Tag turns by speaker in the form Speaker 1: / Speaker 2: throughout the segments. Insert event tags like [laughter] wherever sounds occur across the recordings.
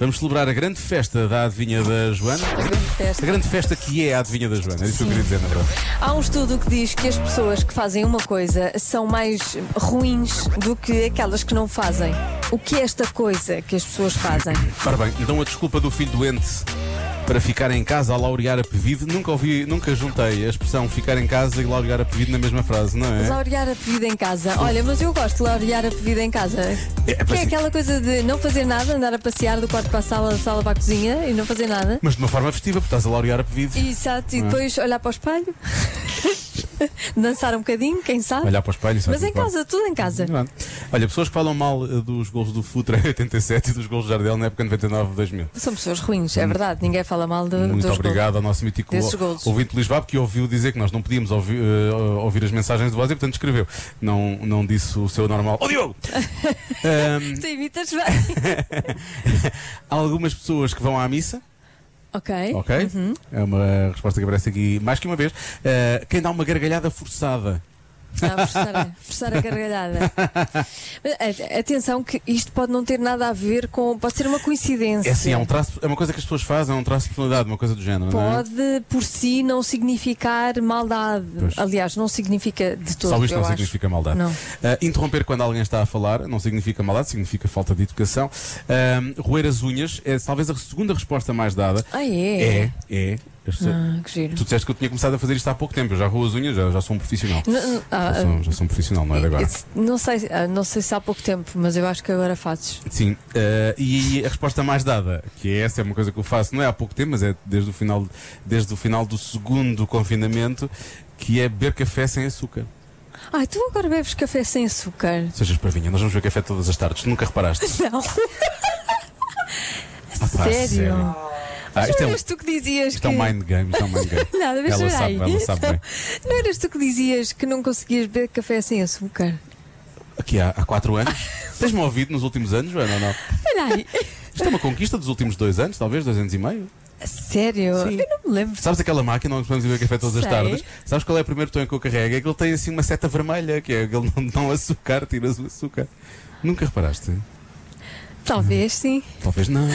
Speaker 1: Vamos celebrar a grande festa da Adivinha da Joana. A grande festa que é a Adivinha da Joana. É isso que eu queria dizer, na verdade.
Speaker 2: Há um estudo que diz que as pessoas que fazem uma coisa são mais ruins do que aquelas que não fazem. O que é esta coisa que as pessoas fazem?
Speaker 1: Ora bem, dão a desculpa do filho doente para ficar em casa a laurear a pedido. Nunca ouvi, nunca juntei a expressão ficar em casa e laurear a pedido na mesma frase, não é?
Speaker 2: Laurear a pedida em casa. Olha, mas eu gosto de laurear a pedida em casa.
Speaker 1: É,
Speaker 2: que é
Speaker 1: parece-
Speaker 2: aquela coisa de não fazer nada, andar a passear do quarto para a sala, da sala para a cozinha e não fazer nada.
Speaker 1: Mas de uma forma festiva, porque estás a laurear a pedido.
Speaker 2: Exato,
Speaker 1: Hum.
Speaker 2: e depois olhar para o espelho, [laughs] dançar um bocadinho, quem sabe.
Speaker 1: Olhar para o espelho e
Speaker 2: Mas em casa, tudo em casa.
Speaker 1: Pronto. Olha, pessoas que falam mal eh, dos gols do Futre [laughs] em 87 e dos gols do Jardel na época 99-2000.
Speaker 2: São pessoas ruins, é verdade. Ninguém fala mal de,
Speaker 1: Hum. Muito
Speaker 2: dos
Speaker 1: obrigado ao nosso mítico
Speaker 2: Desses golos.
Speaker 1: ouvinte Luís Babo que ouviu dizer que nós não podíamos ouvir, eh, ouvir as mensagens de voz e portanto escreveu. Não, não disse o seu normal. Ó Diogo! [laughs] Ahm,
Speaker 2: golos. Tu imitas bem.
Speaker 1: há algumas pessoas que vão à missa,
Speaker 2: ok. Uhum.
Speaker 1: ok? É uma resposta que aparece aqui mais que uma vez. Ah, quem dá uma gargalhada forçada.
Speaker 2: Ah, forçar, a- forçar a gargalhada. Mas, a- atenção que isto pode não ter nada a ver com. Pode ser uma coincidência.
Speaker 1: É assim, é, um traço, é uma coisa que as pessoas fazem, é um traço de personalidade, uma coisa do género, não é?
Speaker 2: Pode por si não significar maldade.
Speaker 1: Pois.
Speaker 2: Aliás, não significa de todo.
Speaker 1: Só isto
Speaker 2: eu
Speaker 1: não
Speaker 2: acho.
Speaker 1: significa maldade.
Speaker 2: Não.
Speaker 1: Ah, interromper quando alguém está a falar não significa maldade, significa falta de educação. Ahm, roer as unhas é talvez a segunda resposta mais dada.
Speaker 2: Ah, é?
Speaker 1: É, é. Eu sei.
Speaker 2: Ah, que giro.
Speaker 1: Tu disseste que eu tinha começado a fazer isto há pouco tempo. Eu já roo as unhas, já, já sou um profissional.
Speaker 2: N- n- ah,
Speaker 1: já, sou, já sou um profissional, não é de agora?
Speaker 2: It's- Não sei, ah, não sei se há pouco tempo, mas eu acho que agora fazes.
Speaker 1: Sim, eh, e a resposta mais dada, que é essa, é uma coisa que eu faço, não é há pouco tempo, mas é desde o final, desde o final do segundo confinamento, que é beber café sem açúcar.
Speaker 2: Ai, tu Ah, então agora bebes café sem açúcar?
Speaker 1: Sejas parvinha, nós vamos beber café todas as tardes, tu nunca
Speaker 2: [laughs]
Speaker 1: reparaste.
Speaker 2: Não,
Speaker 1: Ah, pá,
Speaker 2: sério?
Speaker 1: Ah, isto, é, um-
Speaker 2: eras tu que dizias
Speaker 1: isto
Speaker 2: que.
Speaker 1: é um mind game, isto é um mind game.
Speaker 2: Nada, mas
Speaker 1: ela
Speaker 2: espera aí. Então,
Speaker 1: sabe, ela sabe bem.
Speaker 2: Não eras tu que dizias que não conseguias beber café sem açúcar?
Speaker 1: Aqui há, há quatro
Speaker 2: [laughs]
Speaker 1: anos. Tens-me ouvido nos últimos anos, Joana, ou não?
Speaker 2: Espera aí.
Speaker 1: Isto é uma conquista dos últimos dois anos, talvez, dois anos e meio.
Speaker 2: Sério?
Speaker 1: Sim.
Speaker 2: Eu não me lembro.
Speaker 1: Sabes aquela máquina onde podemos beber café todas as
Speaker 2: Sei.
Speaker 1: tardes? Sabes qual é o primeiro botão que eu carrego? É que ele tem assim uma seta vermelha, que é que ele não dá açúcar, tiras o açúcar. Nunca reparaste?
Speaker 2: Talvez sim.
Speaker 1: Talvez
Speaker 2: [laughs]
Speaker 1: não.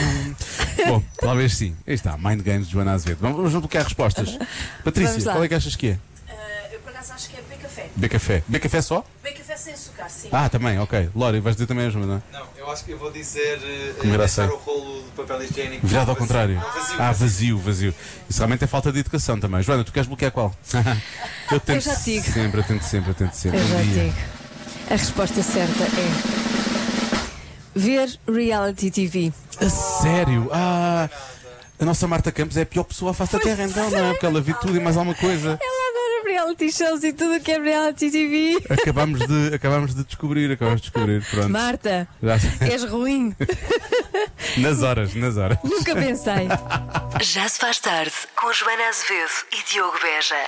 Speaker 1: Bom, talvez sim. Aí está, Mind Games de Joana Azevedo. Vamos, vamos bloquear respostas. Patrícia,
Speaker 2: [laughs] Vamos lá.
Speaker 1: qual é que achas que é?
Speaker 3: Ah, eu por acaso acho que é bem café.
Speaker 1: Beber café. Beber café só?
Speaker 3: Bem café sem açúcar, sim.
Speaker 1: Ah, também, ok. Lori, vais dizer também a é? Joana.
Speaker 4: Não, eu acho que eu vou dizer eh,
Speaker 1: Comer
Speaker 4: eh,
Speaker 1: a
Speaker 4: deixar
Speaker 1: sério.
Speaker 4: o rolo de papel higiênico.
Speaker 1: Virado ao
Speaker 4: vazio.
Speaker 1: contrário.
Speaker 4: Não, vazio.
Speaker 1: Ah, vazio, vazio. Isso realmente é falta de educação também. Joana, tu queres bloquear qual? [laughs] eu tento
Speaker 2: já digo.
Speaker 1: sempre, eu tento sempre, eu tento sempre.
Speaker 2: Eu
Speaker 1: Um
Speaker 2: já
Speaker 1: dia.
Speaker 2: digo. A resposta certa é. Ver reality TV.
Speaker 1: A sério? Ah, a nossa Marta Campos é a pior pessoa à face da Terra, então, não é? Porque ela vê tudo e mais alguma coisa.
Speaker 2: Ela adora reality shows e tudo o que é
Speaker 1: [laughs]
Speaker 2: reality TV.
Speaker 1: Acabamos de, acabamos de descobrir, acabamos de descobrir, pronto.
Speaker 2: Marta,
Speaker 1: Já-
Speaker 2: és ruim.
Speaker 1: nas horas, nas horas.
Speaker 2: Nunca pensei.
Speaker 5: Já se faz tarde com Joana Azevedo e Diogo Beja.